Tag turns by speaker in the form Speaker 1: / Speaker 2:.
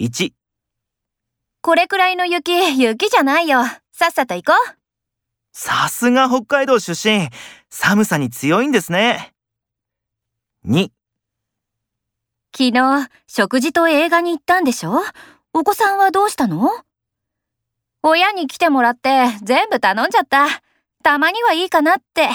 Speaker 1: 1、
Speaker 2: これくらいの雪、雪じゃないよ。さっさと行こう。
Speaker 1: さすが北海道出身、寒さに強いんですね。2、
Speaker 2: 昨日、食事と映画に行ったんでしょお子さんはどうしたの親に来てもらって全部頼んじゃった。たまにはいいかなって。